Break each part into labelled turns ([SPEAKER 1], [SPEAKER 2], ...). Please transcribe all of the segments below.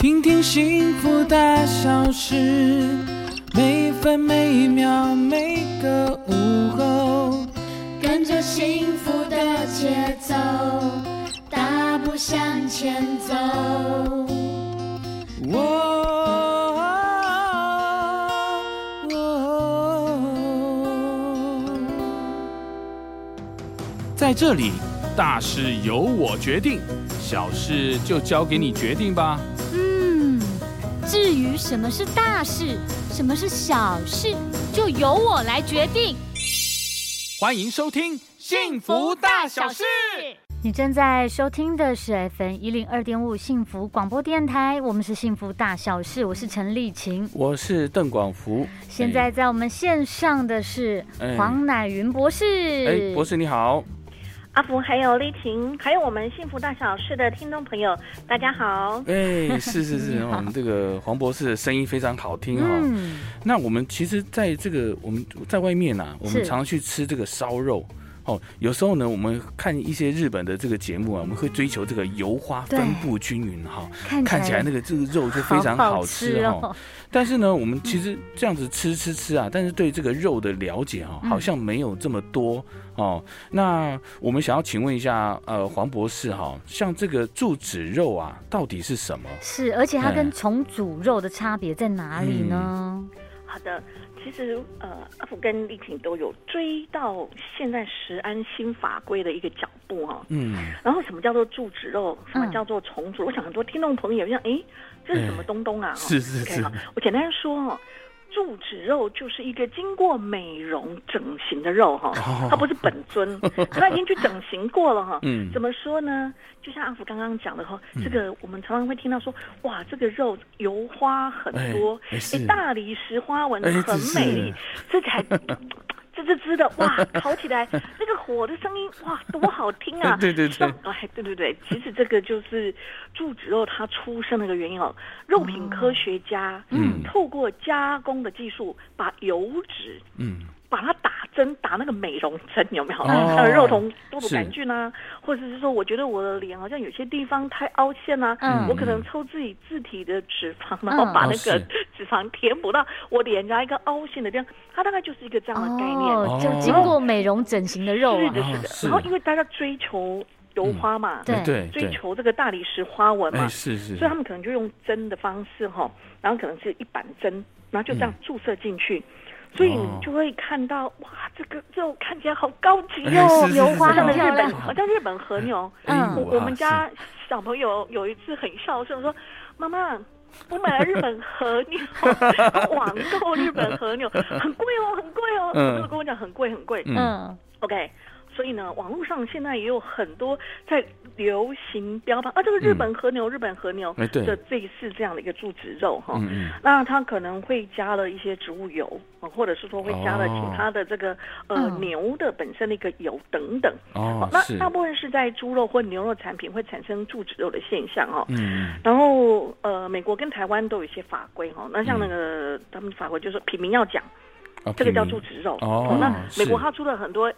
[SPEAKER 1] 听听幸福大小事，每分每秒每个午后。
[SPEAKER 2] 跟着幸福的节奏，大步向前走。
[SPEAKER 1] 哦我哦在这里，大事由我决定，小事就交给你决定吧。
[SPEAKER 3] 嗯，至于什么是大事，什么是小事，就由我来决定。
[SPEAKER 1] 欢迎收听《幸福大小事》。
[SPEAKER 3] 你正在收听的是 FM 一零二点五幸福广播电台，我们是幸福大小事，我是陈丽琴。
[SPEAKER 4] 我是邓广福。
[SPEAKER 3] 现在在我们线上的是
[SPEAKER 4] 哎
[SPEAKER 3] 黄乃云博士。
[SPEAKER 4] 哎，博士你好，
[SPEAKER 5] 阿福，还有丽婷，还有我们幸福大小事的听众朋友，大家好。
[SPEAKER 4] 哎，是是是，我们这个黄博士的声音非常好听哈、
[SPEAKER 3] 嗯，
[SPEAKER 4] 那我们其实在这个我们在外面啊，我们
[SPEAKER 3] 是
[SPEAKER 4] 常去吃这个烧肉。哦，有时候呢，我们看一些日本的这个节目啊，我们会追求这个油花
[SPEAKER 3] 对
[SPEAKER 4] 分布均匀哈，嗯
[SPEAKER 3] 看
[SPEAKER 4] 看起来那个这个肉就非常好吃哈、
[SPEAKER 3] 哦。
[SPEAKER 4] 但是呢，我们其实这样子吃吃吃啊，但是对这个肉的了解哈、
[SPEAKER 3] 嗯
[SPEAKER 4] 好像没有这么多哦。那我们想要请问一下，呃，黄博士哈、像这个柱子肉啊，到底是什么？
[SPEAKER 3] 是，而且它跟
[SPEAKER 4] 哎嗯
[SPEAKER 3] 重组肉的差别在哪里呢？
[SPEAKER 5] 好的，其实呃，阿福跟丽婷都有追到现在食安新法规的一个脚步哦。
[SPEAKER 4] 嗯，
[SPEAKER 5] 然后什么叫做注脂肉，什么
[SPEAKER 3] 嗯
[SPEAKER 5] 叫做重组？我想很多听众朋友像，哎，这是什么东东啊？哦
[SPEAKER 4] 是是
[SPEAKER 5] OK，
[SPEAKER 4] 是
[SPEAKER 5] 好我简单说哦。注脂肉就是一个经过美容整形的肉哈、
[SPEAKER 4] 哦
[SPEAKER 5] 它不是本尊，它已经去整形过了哈、哦
[SPEAKER 4] 嗯
[SPEAKER 5] 怎么说呢？就像阿福刚刚讲的哈，
[SPEAKER 4] 嗯
[SPEAKER 5] 这个我们常常会听到说，哇，这个肉油花很多，
[SPEAKER 4] 哎哎是
[SPEAKER 5] 哎大理石花纹
[SPEAKER 4] 哎
[SPEAKER 5] 很
[SPEAKER 4] 这是！
[SPEAKER 5] 美丽，这才吱吱吱的哇，烤起来那个火的声音哇，多好听啊
[SPEAKER 4] 对对对
[SPEAKER 5] 像哎，对对对，其实这个就是柱子肉它出生的一个原因哦。肉品科学家
[SPEAKER 4] 嗯
[SPEAKER 5] 透过加工的技术，把油脂
[SPEAKER 4] 嗯，
[SPEAKER 5] 把它打针，打那个美容针，有没有？
[SPEAKER 4] 哦
[SPEAKER 5] 呃，肉毒多毒杆菌啊，或者是说，我觉得我的脸好像有些地方太凹陷啊，
[SPEAKER 3] 嗯
[SPEAKER 5] 我可能抽自己自体的脂肪，
[SPEAKER 3] 嗯
[SPEAKER 5] 然后把
[SPEAKER 4] 哦
[SPEAKER 5] 那个
[SPEAKER 4] 是
[SPEAKER 5] 脂肪填补到我脸上一个凹陷的地方，它大概就是一个这样的概念。哦
[SPEAKER 3] 哦，就
[SPEAKER 4] 哦
[SPEAKER 3] 经过美容整形的肉
[SPEAKER 5] 是
[SPEAKER 3] 啊，
[SPEAKER 5] 的，
[SPEAKER 4] 啊
[SPEAKER 5] 是的。
[SPEAKER 4] 是
[SPEAKER 5] 然后因为大家追求油花嘛，
[SPEAKER 3] 对
[SPEAKER 4] 哎对
[SPEAKER 5] 追
[SPEAKER 4] 对，
[SPEAKER 5] 求这个大理石花纹嘛，
[SPEAKER 4] 哎是是，
[SPEAKER 5] 所以他们可能就用针的方式哈，然后可能是一板针，然后就
[SPEAKER 4] 嗯
[SPEAKER 5] 这样注射进去，所以你
[SPEAKER 4] 哦
[SPEAKER 5] 就会看到哇，这个肉看起来好高级
[SPEAKER 4] 哎
[SPEAKER 5] 哦，
[SPEAKER 4] 是是
[SPEAKER 3] 油花
[SPEAKER 5] 像
[SPEAKER 3] 很
[SPEAKER 5] 日
[SPEAKER 3] 漂
[SPEAKER 5] 本，
[SPEAKER 3] 亮。
[SPEAKER 5] 好像日本和牛。
[SPEAKER 3] 嗯
[SPEAKER 5] 我
[SPEAKER 4] 哇
[SPEAKER 5] 我们家小朋友有一次很孝顺，说妈妈。我买了日本 和牛，网购日本和牛很贵哦，很贵哦。
[SPEAKER 4] 嗯
[SPEAKER 5] 他就跟我讲很贵很贵。
[SPEAKER 4] 嗯
[SPEAKER 3] 嗯，
[SPEAKER 5] OK，所以呢，网络上现在也有很多在流行标榜啊，这个日本和牛，日本和牛
[SPEAKER 4] 嗯哎对
[SPEAKER 5] 的这一次这样的一个注脂肉哈。
[SPEAKER 4] 嗯嗯
[SPEAKER 5] 那它可能会加了一些植物油，哦或者是说会加了
[SPEAKER 4] 哦
[SPEAKER 5] 其他的这个、呃
[SPEAKER 3] 嗯
[SPEAKER 5] 牛的本身的一个油等等。
[SPEAKER 4] 哦
[SPEAKER 5] 那
[SPEAKER 4] 是
[SPEAKER 5] 大部分是在猪肉或牛肉产品会产生注脂肉的现象哦。
[SPEAKER 4] 嗯
[SPEAKER 5] 然后呃，美国跟台湾都有一些法规哦。那
[SPEAKER 4] 嗯
[SPEAKER 5] 像那个、他们法规就是品名要讲，
[SPEAKER 4] 啊
[SPEAKER 5] 这个叫
[SPEAKER 4] 平
[SPEAKER 5] 注
[SPEAKER 4] 民
[SPEAKER 5] 脂肉。
[SPEAKER 4] 哦
[SPEAKER 5] 那
[SPEAKER 4] 是
[SPEAKER 5] 美国它出了很多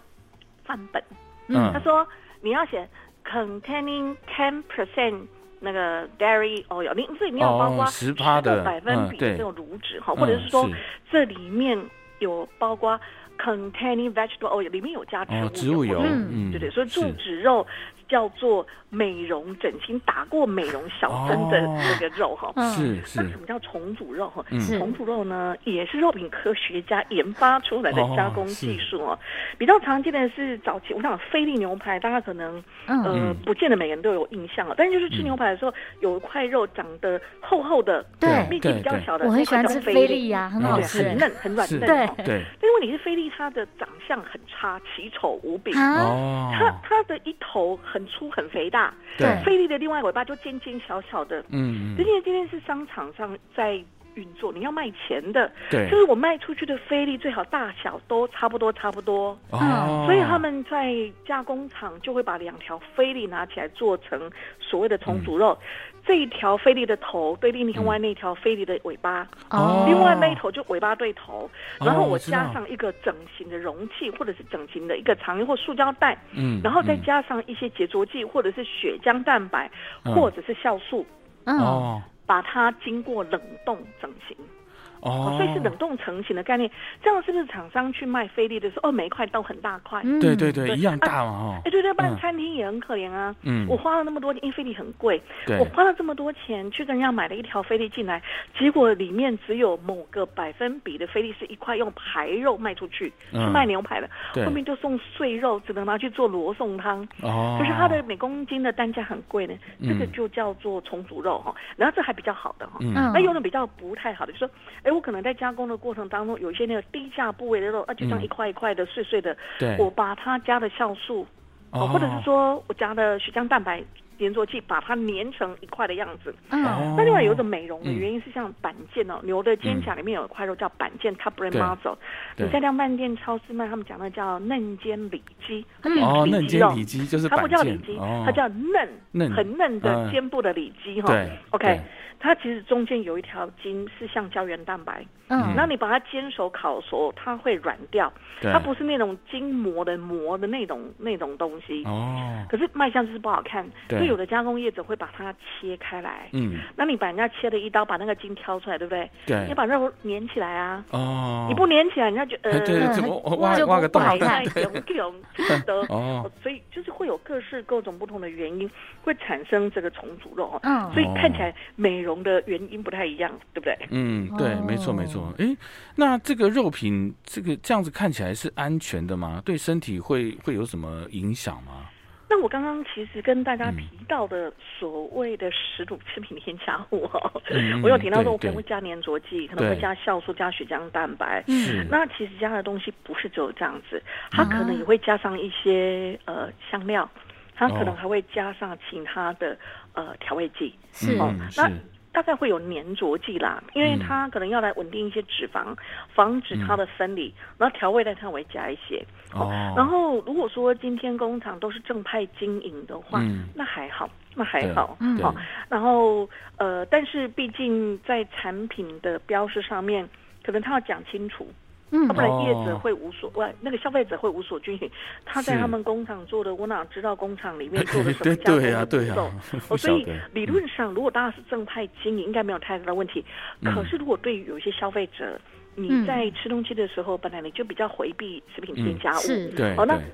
[SPEAKER 5] 范本，
[SPEAKER 4] 嗯
[SPEAKER 5] 他说你要写 containing ten percent 那个 dairy oil，你所以你要包括
[SPEAKER 4] 哦10%的
[SPEAKER 5] 百分
[SPEAKER 4] 嗯
[SPEAKER 5] 比
[SPEAKER 4] 对
[SPEAKER 5] 这种乳脂哈，或者
[SPEAKER 4] 嗯
[SPEAKER 5] 是说
[SPEAKER 4] 是
[SPEAKER 5] 这里面有包括 containing vegetable oil，里面有加
[SPEAKER 4] 哦
[SPEAKER 5] 植物
[SPEAKER 4] 植物油
[SPEAKER 5] 或者
[SPEAKER 4] 嗯
[SPEAKER 5] 对对，所以
[SPEAKER 4] 是
[SPEAKER 5] 注脂肉叫做美容整形打过美容小针的
[SPEAKER 4] 哦
[SPEAKER 5] 那个肉哈。
[SPEAKER 3] 嗯
[SPEAKER 4] 是
[SPEAKER 5] 那什
[SPEAKER 4] 是
[SPEAKER 5] 么叫重组肉？哈、
[SPEAKER 4] 嗯
[SPEAKER 3] 是
[SPEAKER 5] 重组肉呢，也是肉品科学家研发出来的
[SPEAKER 4] 哦
[SPEAKER 5] 加工技术哦。比较常见的是早期，我想菲力牛排，大家可能
[SPEAKER 3] 嗯，
[SPEAKER 5] 呃
[SPEAKER 4] 嗯
[SPEAKER 5] 不见得每个人都有印象了，但是就是吃
[SPEAKER 4] 嗯
[SPEAKER 5] 牛排的时候，有一块肉长得厚厚的，
[SPEAKER 3] 对
[SPEAKER 5] 密集比较小的，
[SPEAKER 3] 我很
[SPEAKER 5] 那
[SPEAKER 3] 喜
[SPEAKER 5] 块
[SPEAKER 3] 欢
[SPEAKER 5] 叫
[SPEAKER 3] 吃
[SPEAKER 5] 菲
[SPEAKER 3] 菲力呀，很
[SPEAKER 4] 嗯
[SPEAKER 3] 好
[SPEAKER 5] 对，
[SPEAKER 3] 吃
[SPEAKER 5] 很嫩，很软
[SPEAKER 4] 是
[SPEAKER 5] 嫩。
[SPEAKER 3] 对
[SPEAKER 5] 哦
[SPEAKER 4] 对
[SPEAKER 5] 但是问题是菲力它的长相很差，奇丑无比。
[SPEAKER 3] 啊，
[SPEAKER 4] 哦
[SPEAKER 5] 它它的一头很粗很肥大，
[SPEAKER 4] 对
[SPEAKER 5] 菲力的另外尾巴就尖尖小小的，
[SPEAKER 4] 嗯嗯
[SPEAKER 5] 今天今天是商场上在运作，你要卖钱的，
[SPEAKER 4] 对
[SPEAKER 5] 就是我卖出去的菲力最好大小都差不多，差不多。
[SPEAKER 4] 哦
[SPEAKER 5] 所以他们在加工厂就会把两条菲力拿起来做成所谓的重组肉，
[SPEAKER 4] 嗯
[SPEAKER 5] 这一条菲力的头对另外那条菲力的尾巴，
[SPEAKER 4] 哦
[SPEAKER 5] 另外那一头就尾巴对头，
[SPEAKER 4] 哦
[SPEAKER 5] 然后我
[SPEAKER 4] 我知道
[SPEAKER 5] 加上一个整形的容器或者是整形的一个肠衣或塑胶袋，
[SPEAKER 4] 嗯
[SPEAKER 5] 然后再
[SPEAKER 4] 嗯
[SPEAKER 5] 加上一些结着剂或者是血浆蛋白
[SPEAKER 4] 嗯
[SPEAKER 5] 或者是酵素，
[SPEAKER 3] 嗯，
[SPEAKER 4] 哦
[SPEAKER 5] 把它经过冷冻整形。
[SPEAKER 4] 哦
[SPEAKER 5] 哦，所以是冷冻成型的概念。这样是不是厂商去卖菲力的时候，哦，每一块都很大块？
[SPEAKER 3] 嗯
[SPEAKER 4] 哦对对对，
[SPEAKER 5] 对
[SPEAKER 4] 一样大嘛
[SPEAKER 5] 哎、对对，不
[SPEAKER 4] 嗯
[SPEAKER 5] 然餐厅也很可怜啊。
[SPEAKER 4] 嗯
[SPEAKER 5] 我花了那么多，因为菲力很贵，
[SPEAKER 4] 对
[SPEAKER 5] 我花了这么多钱去跟人家买了一条菲力进来，结果里面只有某个百分比的菲力是一块用排肉卖出去，
[SPEAKER 4] 嗯
[SPEAKER 5] 是卖牛排的，
[SPEAKER 4] 对
[SPEAKER 5] 后面就送碎肉，只能拿去做罗宋汤。
[SPEAKER 4] 哦，哦，
[SPEAKER 5] 可是它的每公斤的单价很贵呢，这个
[SPEAKER 4] 嗯
[SPEAKER 5] 就叫做重组肉哈，然后这还比较好的哈，
[SPEAKER 4] 嗯
[SPEAKER 3] 嗯
[SPEAKER 5] 那有的比较不太好的，就说，哎，我可能在加工的过程当中，有一些那个低价部位的肉，啊，就这样
[SPEAKER 4] 嗯
[SPEAKER 5] 一块一块的碎碎的，
[SPEAKER 4] 对
[SPEAKER 5] 我把它加了酵素，
[SPEAKER 4] 哦
[SPEAKER 5] 或者是说我加了血浆蛋白粘着剂，把它粘成一块的样子。
[SPEAKER 3] 嗯
[SPEAKER 4] 哦
[SPEAKER 5] 那另外有一种美容的
[SPEAKER 4] 嗯
[SPEAKER 5] 原因是像板腱哦，牛的肩胛里面有一块肉叫板腱 （top brain
[SPEAKER 4] 对
[SPEAKER 5] muscle），
[SPEAKER 4] 对
[SPEAKER 5] 你在量贩店、超市卖，他们讲的叫嫩肩里肌，它
[SPEAKER 3] 嗯
[SPEAKER 5] 其实
[SPEAKER 4] 哦，
[SPEAKER 5] 是
[SPEAKER 4] 嫩
[SPEAKER 5] 里肌
[SPEAKER 4] 肩
[SPEAKER 5] 肉
[SPEAKER 4] 里肌就是
[SPEAKER 5] 它
[SPEAKER 4] 板
[SPEAKER 5] 不叫里
[SPEAKER 4] 腱
[SPEAKER 5] 肌，
[SPEAKER 4] 哦，
[SPEAKER 5] 它叫嫩
[SPEAKER 4] 嫩
[SPEAKER 5] 很嫩
[SPEAKER 4] 嗯
[SPEAKER 5] 的肩部的里肌哈
[SPEAKER 4] 对。对
[SPEAKER 5] OK，它其实中间有一条筋是像胶原蛋白，
[SPEAKER 3] 嗯
[SPEAKER 5] 然后你把它煎熟烤熟，它会软掉，
[SPEAKER 4] 对
[SPEAKER 5] 它不是那种筋膜的膜的那种那种东西。
[SPEAKER 4] 哦，
[SPEAKER 5] 可是卖相就是不好看，
[SPEAKER 4] 对
[SPEAKER 5] 所以有的加工业者会把它切开来。
[SPEAKER 4] 嗯，
[SPEAKER 5] 那你把人家切了一刀，把那个筋挑出来，对不对？
[SPEAKER 4] 对
[SPEAKER 5] 你把肉粘起来啊，
[SPEAKER 4] 哦，
[SPEAKER 5] 你不粘起来，人家就呃
[SPEAKER 4] 哎，，对，
[SPEAKER 3] 嗯
[SPEAKER 4] 这我我挖
[SPEAKER 3] 就
[SPEAKER 4] 挖
[SPEAKER 3] 不
[SPEAKER 4] 个
[SPEAKER 3] 不
[SPEAKER 4] 洞，
[SPEAKER 3] 好
[SPEAKER 5] 摆
[SPEAKER 3] 看
[SPEAKER 5] 在 永永 的
[SPEAKER 4] 哦，
[SPEAKER 5] 呃所以就是会有各式各种不同的原因，会产生这个重组肉哦。
[SPEAKER 3] 嗯
[SPEAKER 5] 所以看起来美容的原因不太一样，对不对？
[SPEAKER 4] 嗯，对，没错没
[SPEAKER 3] 哦
[SPEAKER 4] 错。诶，那这个肉品，这个这样子看起来是安全的吗？对身体会会有什么影响吗？
[SPEAKER 5] 那我刚刚其实跟大
[SPEAKER 4] 嗯
[SPEAKER 5] 家提到的所谓的食乳制品添加物哦，
[SPEAKER 4] 嗯
[SPEAKER 5] 我有提到说，我可
[SPEAKER 4] 对
[SPEAKER 5] 能会加粘着剂，可能会
[SPEAKER 4] 对嗯
[SPEAKER 5] 加酵素、加血浆蛋白。
[SPEAKER 4] 是
[SPEAKER 5] 那其实加的东西不是只有这样子，它可能也会加上一些呃香料，它可
[SPEAKER 4] 啊哦
[SPEAKER 5] 能还会加上其他的呃调味剂。
[SPEAKER 3] 是
[SPEAKER 4] 嗯
[SPEAKER 5] 那
[SPEAKER 4] 是
[SPEAKER 5] 大概会有粘着剂啦，因为
[SPEAKER 4] 嗯
[SPEAKER 5] 它可能要来稳定一些脂肪，防止它的分离，然后调味料它会加一些。
[SPEAKER 4] 哦，
[SPEAKER 5] 然后如果说今天工厂都是正派经营的话，
[SPEAKER 4] 嗯
[SPEAKER 5] 那还好，那还好。
[SPEAKER 3] 嗯
[SPEAKER 4] 对
[SPEAKER 5] 好然后呃，但是毕竟在产品的标识上面，可能他要讲清楚，
[SPEAKER 3] 嗯
[SPEAKER 5] 要不然
[SPEAKER 4] 哦
[SPEAKER 5] 业者会无所，呃，那个消费者会无所均衡。他在
[SPEAKER 4] 是
[SPEAKER 5] 他们工厂做的，我哪知道工厂里 面做的什
[SPEAKER 4] 对
[SPEAKER 5] 么加工
[SPEAKER 4] 对呀啊
[SPEAKER 5] 的
[SPEAKER 4] 对呀
[SPEAKER 5] 步骤
[SPEAKER 4] 不晓
[SPEAKER 5] 哦，所以
[SPEAKER 4] 得
[SPEAKER 5] 理论上，如果大家是正派经营，应该没有太大的问题。
[SPEAKER 4] 嗯
[SPEAKER 5] 可是如果对于有一些消费者，
[SPEAKER 3] 嗯
[SPEAKER 5] 你在吃东西的时候，本来你就比较回避食品添
[SPEAKER 4] 嗯
[SPEAKER 5] 加物，
[SPEAKER 3] 是
[SPEAKER 4] 对
[SPEAKER 5] 哦那
[SPEAKER 4] 对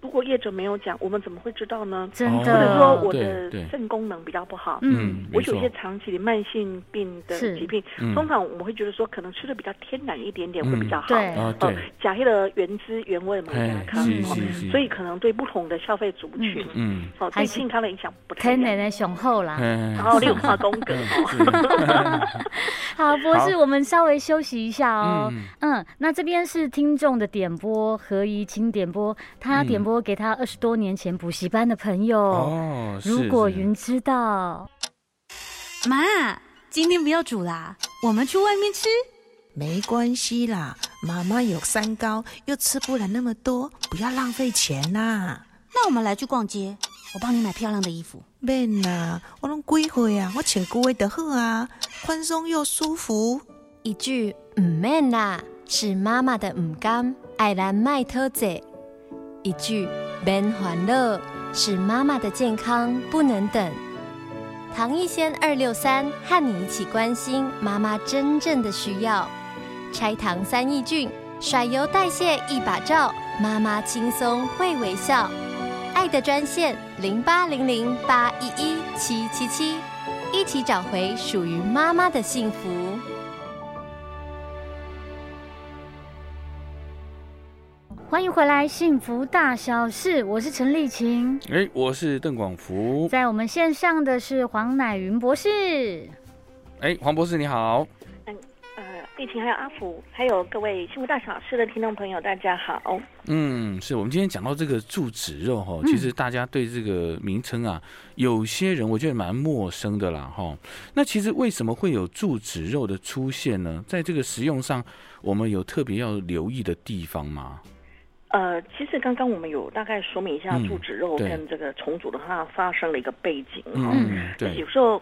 [SPEAKER 5] 如果业者没有讲，我们怎么会知道呢？
[SPEAKER 3] 真
[SPEAKER 4] 哦
[SPEAKER 3] 的，
[SPEAKER 5] 或者说我
[SPEAKER 4] 对
[SPEAKER 5] 的
[SPEAKER 4] 对
[SPEAKER 5] 肾功能比较不好，
[SPEAKER 4] 嗯
[SPEAKER 3] 嗯，
[SPEAKER 4] 没
[SPEAKER 5] 我有
[SPEAKER 4] 错
[SPEAKER 5] 一些长期的慢性病的
[SPEAKER 3] 是
[SPEAKER 5] 疾病
[SPEAKER 4] 嗯，
[SPEAKER 5] 通常我们会觉得说，可能吃的比较天然一点点会比较好。
[SPEAKER 3] 对
[SPEAKER 4] 啊
[SPEAKER 5] 哦
[SPEAKER 4] 对，，
[SPEAKER 5] 假黑的原汁原味嘛，
[SPEAKER 4] 嘿
[SPEAKER 5] 健康
[SPEAKER 4] 是
[SPEAKER 5] 哦
[SPEAKER 4] 是是，
[SPEAKER 5] 所以可能对不同的消费族群，
[SPEAKER 4] 嗯，
[SPEAKER 5] 哦，
[SPEAKER 3] 还
[SPEAKER 5] 对
[SPEAKER 3] 是
[SPEAKER 5] 健康的影响不太
[SPEAKER 3] 天
[SPEAKER 5] 一
[SPEAKER 3] 然
[SPEAKER 5] 样。
[SPEAKER 3] 的雄厚
[SPEAKER 5] 啊
[SPEAKER 3] 啦。
[SPEAKER 4] 嗯
[SPEAKER 5] 然后六化宫 格哦，
[SPEAKER 3] 好，博士，
[SPEAKER 4] 好
[SPEAKER 3] 我们稍微休息一下哦。
[SPEAKER 4] 嗯
[SPEAKER 3] 嗯，那这边是听众的点播，何怡清点播，他点播给他二十多年前补习班的朋友。
[SPEAKER 4] 嗯哦，是
[SPEAKER 3] 如果
[SPEAKER 4] 是
[SPEAKER 3] 云知道，
[SPEAKER 6] 妈，今天不要煮啦，我们去外面吃。
[SPEAKER 7] 没关系啦，妈妈有三高，又吃不了那么多，不要浪费钱啦。
[SPEAKER 6] 那我们来去逛街，我帮你买漂亮的衣服。
[SPEAKER 7] 免啦，啊我拢几岁啊，我穿久的就好啊，宽松又舒服。
[SPEAKER 8] 一句唔免啦，是妈妈的唔甘，爱兰麦特姐。一句免欢乐，是妈妈的健康不能等。唐一仙二六三和你一起关心妈妈真正的需要。拆糖三益菌，甩油代谢一把照，妈妈轻松会微笑。爱的专线零八零零八一一七七七，一起找回属于妈妈的幸福。
[SPEAKER 3] 欢迎回来，《幸福大小事》，我是陈丽琴。
[SPEAKER 4] 哎，我是邓广福，
[SPEAKER 3] 在我们线上的是黄乃云博士。
[SPEAKER 4] 哎，黄博士你好，
[SPEAKER 5] 呃，丽琴还有阿福，还有各位幸福大小事的听众朋友，大家好。
[SPEAKER 4] 嗯，是我们今天讲到这个柱子肉哈，
[SPEAKER 3] 嗯
[SPEAKER 4] 其实大家对这个名称啊，有些人我觉得蛮陌生的啦哈。那其实为什么会有柱子肉的出现呢？在这个食用上，我们有特别要留意的地方吗？
[SPEAKER 5] 呃，其实刚刚我们有大概说明一下
[SPEAKER 4] 嗯
[SPEAKER 5] 柱子肉
[SPEAKER 4] 对
[SPEAKER 5] 跟这个重组的话发生了一个背景哈、哦
[SPEAKER 4] 嗯，对
[SPEAKER 5] 有，时候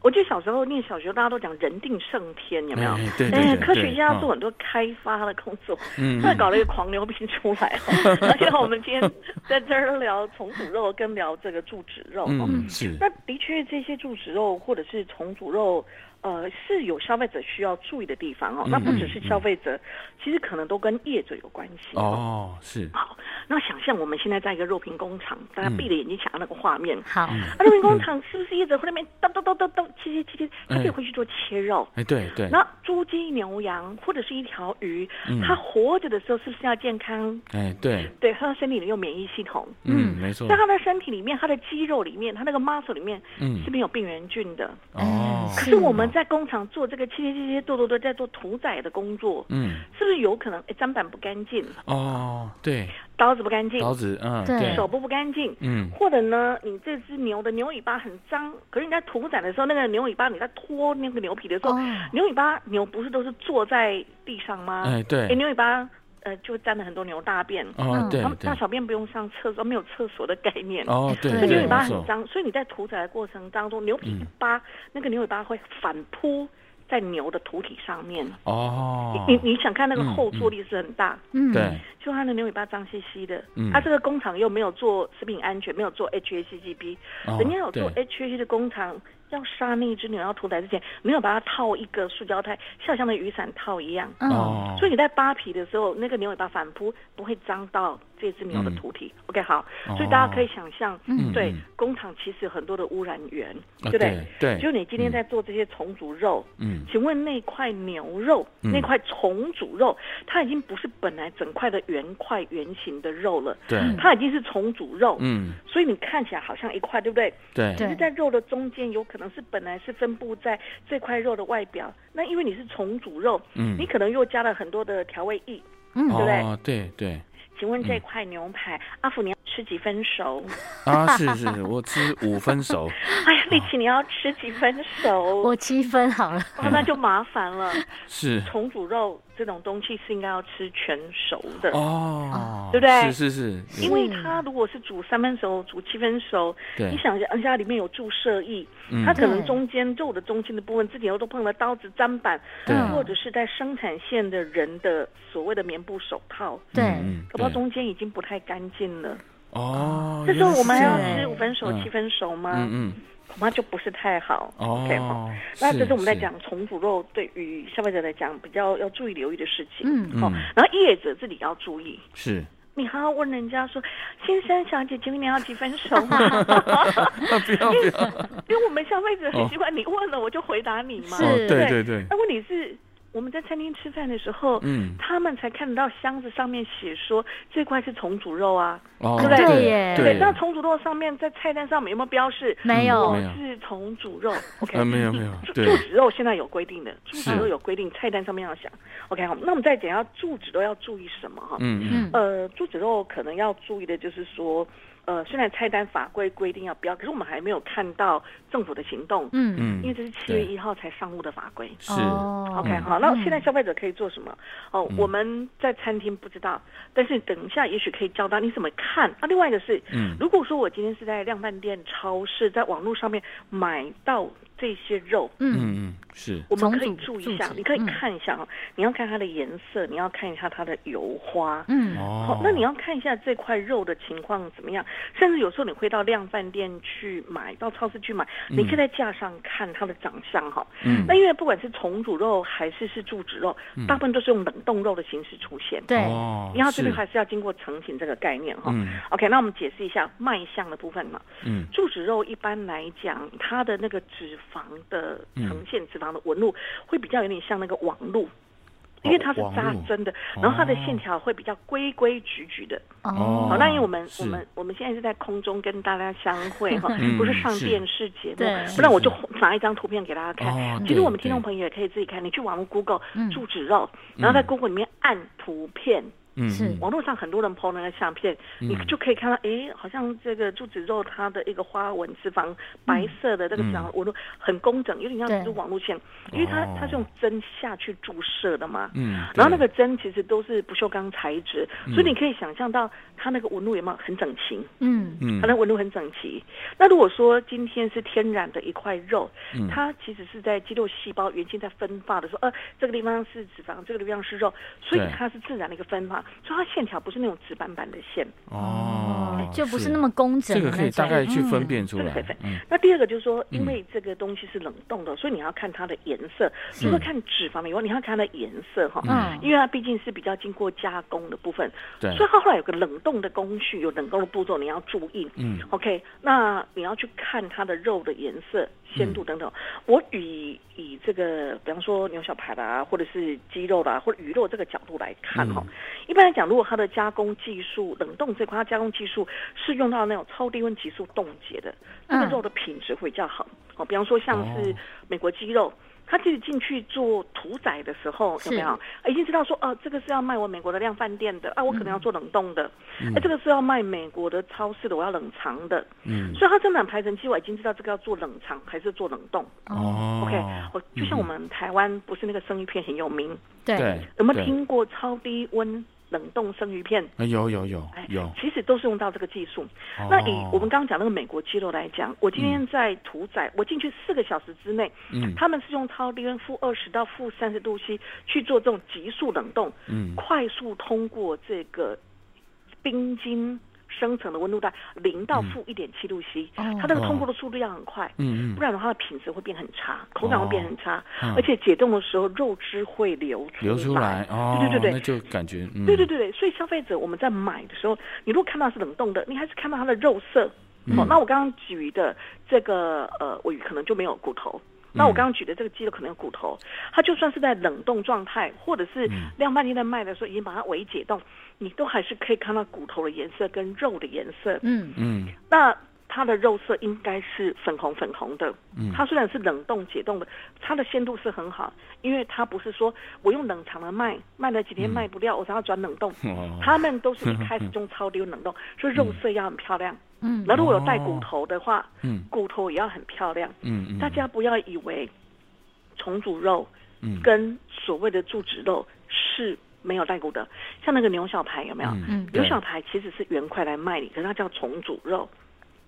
[SPEAKER 5] 我记得小时候念小学，大家都讲人定胜天，有没有？
[SPEAKER 4] 哎对对
[SPEAKER 5] 哎，
[SPEAKER 4] 对
[SPEAKER 5] 科学
[SPEAKER 4] 对
[SPEAKER 5] 家
[SPEAKER 4] 嗯
[SPEAKER 5] 做很多开发的工作，
[SPEAKER 4] 嗯
[SPEAKER 5] 那搞了一个狂牛病出来哦。 而且我们今天在这儿聊虫煮肉，跟聊这个猪脂肉。哦。
[SPEAKER 4] 嗯是
[SPEAKER 5] 那的确，这些猪脂肉或者是虫煮肉，呃，是有消费者需要注意的地方
[SPEAKER 4] 嗯
[SPEAKER 5] 哦。那不只是消费者，其实可能都跟业者有关系。
[SPEAKER 4] 哦是
[SPEAKER 5] 好，那想象我们现在在一个肉品工厂，大家
[SPEAKER 4] 嗯
[SPEAKER 5] 闭着眼睛想到那个画面。
[SPEAKER 3] 好，
[SPEAKER 5] 啊，肉品工厂是不是业者会那边叨叨叨叨叨切切切切，他可以回去做切肉？
[SPEAKER 4] 哎对嗯对
[SPEAKER 5] 那猪、鸡、牛、羊或者是一条鱼
[SPEAKER 4] 嗯，
[SPEAKER 5] 它活着的时候是不是要健康？
[SPEAKER 4] 哎对
[SPEAKER 5] 对，它的身体里有免疫系统，
[SPEAKER 4] 嗯没错
[SPEAKER 5] 在它的身体里面，它的肌肉里面，它那个 muscle 里面
[SPEAKER 4] 嗯
[SPEAKER 5] 是没有病原菌的。
[SPEAKER 4] 哦
[SPEAKER 5] 可是我们在工厂做这个切切切切剁剁剁，在做屠宰的工作，
[SPEAKER 4] 嗯
[SPEAKER 5] 是不是有可能哎砧板不干净，
[SPEAKER 4] 哦对
[SPEAKER 5] 刀子不干净，
[SPEAKER 4] 刀子嗯
[SPEAKER 3] 对
[SPEAKER 4] 对
[SPEAKER 5] 手部不干净？
[SPEAKER 4] 嗯
[SPEAKER 5] 或者呢，你这只牛的牛尾巴很脏，可是你在屠宰的时候，那个牛尾巴你在脱那个牛皮的
[SPEAKER 4] 哦
[SPEAKER 5] 时候，牛尾巴牛不是都是坐在地上吗？
[SPEAKER 4] 哎对
[SPEAKER 5] 诶牛尾巴呃就沾了很多牛大便，
[SPEAKER 4] 哦对
[SPEAKER 5] 然后
[SPEAKER 4] 对
[SPEAKER 5] 大小便不用上厕所，没有厕所的概念。
[SPEAKER 4] 哦对
[SPEAKER 3] 所以
[SPEAKER 5] 那
[SPEAKER 4] 对
[SPEAKER 5] 牛尾巴
[SPEAKER 4] 没错嗯
[SPEAKER 5] 很脏，所以你在屠宰的过程当中，牛皮一扒，那个牛尾巴会反扑在牛的土体上面。
[SPEAKER 4] 哦
[SPEAKER 5] 你你想看那个
[SPEAKER 4] 嗯
[SPEAKER 5] 后坐
[SPEAKER 4] 嗯
[SPEAKER 5] 力是很大，
[SPEAKER 3] 嗯，
[SPEAKER 4] 对
[SPEAKER 5] 就它的牛尾巴脏兮兮的，啊
[SPEAKER 4] 嗯
[SPEAKER 5] 它这个工厂又没有做食品安全，没有做 HACCP，、
[SPEAKER 4] 哦
[SPEAKER 5] 人家有做
[SPEAKER 4] 对
[SPEAKER 5] HAC 的工厂，要杀那只牛要屠宰之前，没有把它套一个塑胶袋，像像的雨伞套一样。
[SPEAKER 3] 嗯，
[SPEAKER 4] 哦
[SPEAKER 5] 哎所以你在扒皮的时候，那个牛尾巴反扑不会脏到这只牛的
[SPEAKER 4] 嗯
[SPEAKER 5] 土体。OK，好，
[SPEAKER 4] 哦
[SPEAKER 5] 所以大家可以想象，
[SPEAKER 4] 嗯
[SPEAKER 5] 对、
[SPEAKER 4] 嗯
[SPEAKER 5] 工厂其实很多的污染源，
[SPEAKER 4] 啊
[SPEAKER 5] 对不
[SPEAKER 4] 对对
[SPEAKER 5] 就你今天
[SPEAKER 4] 嗯
[SPEAKER 5] 在做这些重组肉，
[SPEAKER 4] 嗯
[SPEAKER 5] 请问那块牛肉，
[SPEAKER 4] 嗯
[SPEAKER 5] 那块重组肉，它已经不是本来整块的圆块圆形的肉了，
[SPEAKER 4] 对
[SPEAKER 5] 它已经是重组肉，
[SPEAKER 4] 嗯
[SPEAKER 5] 所以你看起来好像一块，对不对？
[SPEAKER 4] 对
[SPEAKER 5] 可是，在肉的中间，有可能是本来是分布在这块肉的外表，那因为你是重组肉，
[SPEAKER 4] 嗯
[SPEAKER 5] 你可能又加了很多的调味液。
[SPEAKER 3] 嗯
[SPEAKER 5] 对不对
[SPEAKER 4] 哦对对
[SPEAKER 5] 请问这块牛排，阿福你要吃几分熟？
[SPEAKER 4] 啊是是是我吃五分 熟
[SPEAKER 5] 哎呀，丽琪你要吃几分熟？
[SPEAKER 3] 我七分好了，
[SPEAKER 5] 哦，
[SPEAKER 4] 嗯
[SPEAKER 5] 那就麻烦了。
[SPEAKER 4] 是
[SPEAKER 5] 重组肉这种东西是应该要吃全熟的。
[SPEAKER 4] 哦
[SPEAKER 5] 对不对
[SPEAKER 4] 是是是
[SPEAKER 5] 因为它如果是煮三分熟、煮七分熟，
[SPEAKER 4] 对
[SPEAKER 5] 你想一下，里面有注射液，
[SPEAKER 4] 嗯
[SPEAKER 5] 它可能
[SPEAKER 3] 对
[SPEAKER 5] 中间肉的中间的部分，自己又都碰了刀子、砧板，
[SPEAKER 4] 对
[SPEAKER 5] 或者是在生产线的人的所谓的棉布手套，
[SPEAKER 3] 对，
[SPEAKER 4] 嗯
[SPEAKER 5] 搞不好
[SPEAKER 4] 对
[SPEAKER 5] 中间已经不太干净了。
[SPEAKER 4] 哦
[SPEAKER 5] 这时候我们
[SPEAKER 4] 原
[SPEAKER 5] 还要
[SPEAKER 4] 来是这样
[SPEAKER 5] 吃五分熟、
[SPEAKER 4] 嗯
[SPEAKER 5] 七分熟吗？
[SPEAKER 4] 嗯嗯
[SPEAKER 5] 恐怕就不是太好。OK 哦
[SPEAKER 4] 哦
[SPEAKER 5] 那这是我们在讲重组肉对于消费者来讲比较要注意留意的事情。
[SPEAKER 3] 嗯
[SPEAKER 5] 哦
[SPEAKER 4] 嗯，
[SPEAKER 5] 然后业者自己要注意，
[SPEAKER 4] 是
[SPEAKER 5] 你还要问人家说：“先生、小姐，请问你要几分熟 吗？”
[SPEAKER 4] 啊不要不要哦
[SPEAKER 5] 因为我们消费者很习惯，你问了我就回答你嘛。
[SPEAKER 3] 是
[SPEAKER 4] 哦对
[SPEAKER 5] 对
[SPEAKER 4] 对对
[SPEAKER 5] 那问题是，我们在餐厅吃饭的时候，
[SPEAKER 4] 嗯
[SPEAKER 5] 他们才看得到箱子上面写说这块是重组肉啊。
[SPEAKER 4] 哦
[SPEAKER 5] 对不对
[SPEAKER 3] 对耶
[SPEAKER 4] 对
[SPEAKER 5] 那重组肉上面在菜单上面有没有标示？
[SPEAKER 3] 没有
[SPEAKER 5] 我是重 组肉。OK，
[SPEAKER 4] 啊没有没有
[SPEAKER 5] 猪
[SPEAKER 4] 对
[SPEAKER 5] 猪脂肉现在有规定的，猪
[SPEAKER 4] 是
[SPEAKER 5] 脂肉有规定，菜单上面要想。OK，好，那我们再讲要猪脂肉要注意什么哈？
[SPEAKER 4] 嗯嗯
[SPEAKER 5] 呃，猪脂肉可能要注意的就是说，呃，虽然菜单法规规定要标，可是我们还没有看到政府的行动，
[SPEAKER 3] 嗯，
[SPEAKER 4] 嗯
[SPEAKER 5] 因为这是七月一号才上路的法规。
[SPEAKER 4] 是
[SPEAKER 3] 哦
[SPEAKER 5] OK，
[SPEAKER 4] 嗯
[SPEAKER 5] 好，那现在消费者可以做什么？哦，
[SPEAKER 4] 嗯
[SPEAKER 5] 我们在餐厅不知道，但是等一下也许可以教到你怎么看。啊，另外一个是，
[SPEAKER 4] 嗯
[SPEAKER 5] 如果说我今天是在量贩店、超市，在网络上面买到这些肉，
[SPEAKER 3] 嗯，
[SPEAKER 4] 嗯嗯是
[SPEAKER 5] 我们可以
[SPEAKER 3] 重组
[SPEAKER 5] 注意一下
[SPEAKER 3] 注，解
[SPEAKER 5] 你可以
[SPEAKER 3] 嗯
[SPEAKER 5] 看一下哈，你要看它的颜色，你要看一下它的油花，
[SPEAKER 3] 嗯，
[SPEAKER 4] 哦
[SPEAKER 5] 好，那你要看一下这块肉的情况怎么样，甚至有时候你会到量贩店去买，到超市去买，
[SPEAKER 4] 嗯
[SPEAKER 5] 你可以在架上看它的长相哈。
[SPEAKER 4] 嗯
[SPEAKER 5] 那因为不管是重组肉还是是注脂肉，
[SPEAKER 4] 嗯
[SPEAKER 5] 大部分都是用冷冻肉的形式出现。
[SPEAKER 3] 对，
[SPEAKER 4] 哦
[SPEAKER 5] 因为它这边
[SPEAKER 4] 是
[SPEAKER 5] 还是要经过成品这个概念哈。
[SPEAKER 4] 嗯
[SPEAKER 5] OK，那我们解释一下卖相的部分嘛。
[SPEAKER 4] 嗯
[SPEAKER 5] 注脂肉一般来讲，它的那个脂肪的呈现、脂肪的纹路会比较有点像那个网路，因为它是
[SPEAKER 4] 哦网
[SPEAKER 5] 扎
[SPEAKER 4] 路
[SPEAKER 5] 针的，然后它的
[SPEAKER 4] 哦
[SPEAKER 5] 线条会比较规规矩矩的。
[SPEAKER 4] 哦
[SPEAKER 5] 好，那因为我们
[SPEAKER 4] 是
[SPEAKER 5] 我们我们现在是在空中跟大家相会 哈
[SPEAKER 4] 嗯，
[SPEAKER 5] 不是上
[SPEAKER 4] 是
[SPEAKER 5] 电视节
[SPEAKER 3] 对
[SPEAKER 5] 目，不然我就是拿一张图片给大家
[SPEAKER 4] 哦
[SPEAKER 5] 看。
[SPEAKER 4] 对嗯
[SPEAKER 5] 其实我们听众朋友也可以自己看，你去网络 Google 住址肉，然后在 Google 里面按图片，
[SPEAKER 4] 嗯，
[SPEAKER 3] 是
[SPEAKER 5] 网络上很多人 PO 那个相片，你就可以看到，诶，好像这个柱子肉它的一个花纹脂肪，白色的这个
[SPEAKER 4] 嗯
[SPEAKER 5] 脂肪纹路很工整，有点像
[SPEAKER 3] 对
[SPEAKER 5] 蜘蛛网路线，因为它
[SPEAKER 4] 哦
[SPEAKER 5] 它是用针下去注射的嘛。
[SPEAKER 4] 嗯，
[SPEAKER 5] 然后那
[SPEAKER 4] 对嗯
[SPEAKER 5] 个针其实都是不锈钢材质，所以你可以想象到它那个纹路有没有很整齐，
[SPEAKER 3] 嗯
[SPEAKER 4] 嗯
[SPEAKER 5] 它的纹路很整齐。那如果说今天是天然的一块肉，
[SPEAKER 4] 嗯
[SPEAKER 5] 它其实是在肌肉细胞原先在分化的时候，呃，这个地方是脂肪，这个地方是肉，所以
[SPEAKER 4] 对
[SPEAKER 5] 它是自然的一个分化，所以它线条不是那种直板板的线。
[SPEAKER 4] 哦，
[SPEAKER 3] 就不是那么工整
[SPEAKER 4] 这
[SPEAKER 3] 的
[SPEAKER 4] 个
[SPEAKER 3] 那种。
[SPEAKER 4] 可以大概去分
[SPEAKER 3] 嗯
[SPEAKER 4] 辨出
[SPEAKER 5] 这个
[SPEAKER 4] 来
[SPEAKER 5] 可以分，
[SPEAKER 4] 嗯
[SPEAKER 5] 那第二个就是说，因为这个东西是冷冻的，所以你要看它的颜色，
[SPEAKER 4] 嗯
[SPEAKER 5] 除了看脂肪以外，你要看它的颜色哈。
[SPEAKER 3] 嗯
[SPEAKER 5] 因为它毕竟是比较经过加工的部分，
[SPEAKER 4] 对
[SPEAKER 5] 所以它后来有个冷冻的工序，有冷冻的步骤，你要注意。
[SPEAKER 4] 嗯
[SPEAKER 5] ，OK，那你要去看它的肉的颜色、
[SPEAKER 4] 嗯
[SPEAKER 5] 鲜度等等。我以以这个，比方说牛小排啦，或者是鸡肉啦，或者鱼肉这个角度来看
[SPEAKER 4] 嗯
[SPEAKER 5] 哈、一般来讲，如果它的加工技术、冷冻这块，它加工技术是用到那种超低温急速冻结的，那个
[SPEAKER 3] 嗯
[SPEAKER 5] 肉的品质会比较好。哦，比方说像是
[SPEAKER 4] 哦
[SPEAKER 5] 美国鸡肉。它自己进去做屠宰的时候，有
[SPEAKER 3] 是
[SPEAKER 5] 没有啊已经知道说，哦、这个是要卖我美国的量贩店的，
[SPEAKER 4] 嗯
[SPEAKER 5] 啊，我可能要做冷冻的，哎、这个是要卖美国的超市的，我要冷藏的，
[SPEAKER 4] 嗯，
[SPEAKER 5] 所以它生产排程期我已经知道这个要做冷藏还是做冷冻。
[SPEAKER 4] 哦
[SPEAKER 5] OK，我就像我们台湾不是那个生鱼片很有名，
[SPEAKER 3] 对，
[SPEAKER 4] 对，
[SPEAKER 5] 有没有
[SPEAKER 4] 对？
[SPEAKER 5] 听过超低温冷冻生鱼片？
[SPEAKER 4] 啊有有有
[SPEAKER 5] 哎
[SPEAKER 4] 有，
[SPEAKER 5] 其实都是用到这个技术。那以
[SPEAKER 4] 哦
[SPEAKER 5] 我们刚刚讲那个美国鸡肉来讲，我今天在屠宰，我进去四个小时之内，
[SPEAKER 4] 嗯
[SPEAKER 5] 他们是用超低温负二十到负三十度 C 去做这种急速冷冻，
[SPEAKER 4] 嗯
[SPEAKER 5] 快速通过这个冰晶生成的温度带零到负一点七度 C，、它这个通过的速度要很快，
[SPEAKER 4] 哦嗯
[SPEAKER 5] 不
[SPEAKER 4] 嗯，
[SPEAKER 5] 然的话它的品质会变很差，口感会变很差，
[SPEAKER 4] 嗯
[SPEAKER 5] 而且解冻的时候肉汁会流出
[SPEAKER 4] 流出来哦，
[SPEAKER 5] 对对对
[SPEAKER 4] 那
[SPEAKER 5] 对。
[SPEAKER 4] 就感觉嗯，
[SPEAKER 5] 对对对对，所以消费者我们在买的时候，你如果看到是冷冻的，你还是看到它的肉色。哦，那我刚刚举的这个呃尾鱼可能就没有骨头，那我刚刚举的这个鸡肉可能有骨头，它就算是在冷冻状态，或者是量贩店在卖的时候已经把它微解冻，你都还是可以看到骨头的颜色跟肉的颜色。
[SPEAKER 3] 嗯
[SPEAKER 4] 嗯
[SPEAKER 5] 那它的肉色应该是粉红粉红的。它虽然是冷冻解冻的，它的鲜度是很好，因为它不是说我用冷藏的卖，卖了几天卖不掉，我才要转冷冻。
[SPEAKER 4] 哦
[SPEAKER 5] 他们都是一开始用超低温冷
[SPEAKER 4] 嗯
[SPEAKER 5] 冻，所以肉色要很漂亮。
[SPEAKER 3] 嗯
[SPEAKER 5] 那如果有带骨头的话，
[SPEAKER 4] 嗯
[SPEAKER 5] 骨头也要很漂亮。
[SPEAKER 4] 嗯嗯，
[SPEAKER 5] 大家不要以为重组肉
[SPEAKER 4] 嗯
[SPEAKER 5] 跟所谓的注脂肉是没有带骨的，像那个牛小排有没有？
[SPEAKER 4] 嗯
[SPEAKER 5] 牛
[SPEAKER 4] 对
[SPEAKER 5] 小排其实是原块来卖你，可是它叫重组肉，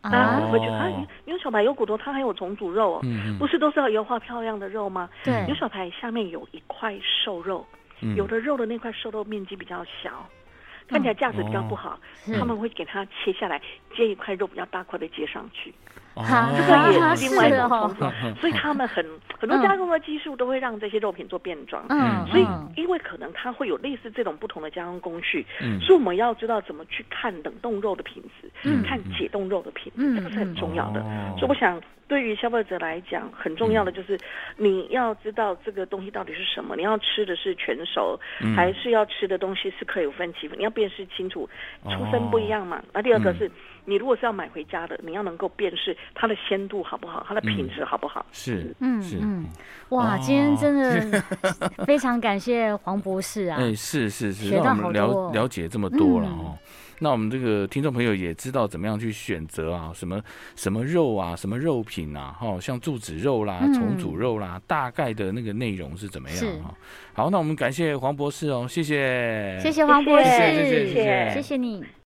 [SPEAKER 5] 大
[SPEAKER 3] 啊，
[SPEAKER 5] 家会觉得啊
[SPEAKER 4] 哦，
[SPEAKER 5] 牛小排有骨头，它还有重组肉哦，
[SPEAKER 4] 嗯
[SPEAKER 5] 不是都是要油画漂亮的肉吗？
[SPEAKER 3] 对
[SPEAKER 5] 牛小排下面有一块瘦肉，
[SPEAKER 4] 嗯
[SPEAKER 5] 有的肉的那块瘦肉面积比较小，
[SPEAKER 3] 嗯
[SPEAKER 5] 看起来价值比较不好，
[SPEAKER 3] 是
[SPEAKER 5] 他们会给它切下来，接一块肉比较大块的接上去，
[SPEAKER 4] 哦
[SPEAKER 3] 哈
[SPEAKER 5] 这个也
[SPEAKER 3] 啊
[SPEAKER 5] 是另外一
[SPEAKER 3] 是
[SPEAKER 5] 种
[SPEAKER 3] 哦
[SPEAKER 5] 重组。所以他们很很多加工的技术都会让这些肉品做变装。
[SPEAKER 3] 嗯，
[SPEAKER 5] 所以
[SPEAKER 3] 嗯，
[SPEAKER 5] 因为可能它会有类似这种不同的加工工序，
[SPEAKER 4] 嗯
[SPEAKER 5] 所以我们要知道怎么去看冷冻肉的品质，
[SPEAKER 4] 嗯
[SPEAKER 5] 看解冻肉的品质，
[SPEAKER 3] 嗯
[SPEAKER 5] 这个是很重要的。
[SPEAKER 4] 哦
[SPEAKER 5] 所以我想，对于消费者来讲，很重要的就是
[SPEAKER 4] 嗯
[SPEAKER 5] 你要知道这个东西到底是什么，你要吃的是全熟，
[SPEAKER 4] 嗯
[SPEAKER 5] 还是要吃的东西是可以有分歧，你要辨识清楚，
[SPEAKER 4] 哦
[SPEAKER 5] 出身不一样嘛。那第二个
[SPEAKER 4] 嗯
[SPEAKER 5] 是。你如果是要买回家的，你要能够辨识它的鲜度好不好，它的品质好不好。
[SPEAKER 4] 是
[SPEAKER 3] 嗯
[SPEAKER 4] 是
[SPEAKER 3] 嗯，哇，今天真的非常感谢黄博士啊，
[SPEAKER 4] 哎，是是是，
[SPEAKER 3] 学到
[SPEAKER 4] 让我
[SPEAKER 3] 好
[SPEAKER 4] 们了
[SPEAKER 3] 多哦
[SPEAKER 4] 了解这么多了
[SPEAKER 3] 嗯
[SPEAKER 4] 哦。那我们这个听众朋友也知道怎么样去选择啊，什么什么肉啊，什么肉品啊，哈、像柱子肉啦、
[SPEAKER 3] 嗯
[SPEAKER 4] 重组肉啦，大概的那个内容是怎么样
[SPEAKER 3] 是
[SPEAKER 4] 哈、好，那我们感谢黄博士哦，谢谢，
[SPEAKER 3] 谢谢黄博士，
[SPEAKER 4] 谢谢谢谢谢谢
[SPEAKER 3] 谢谢你。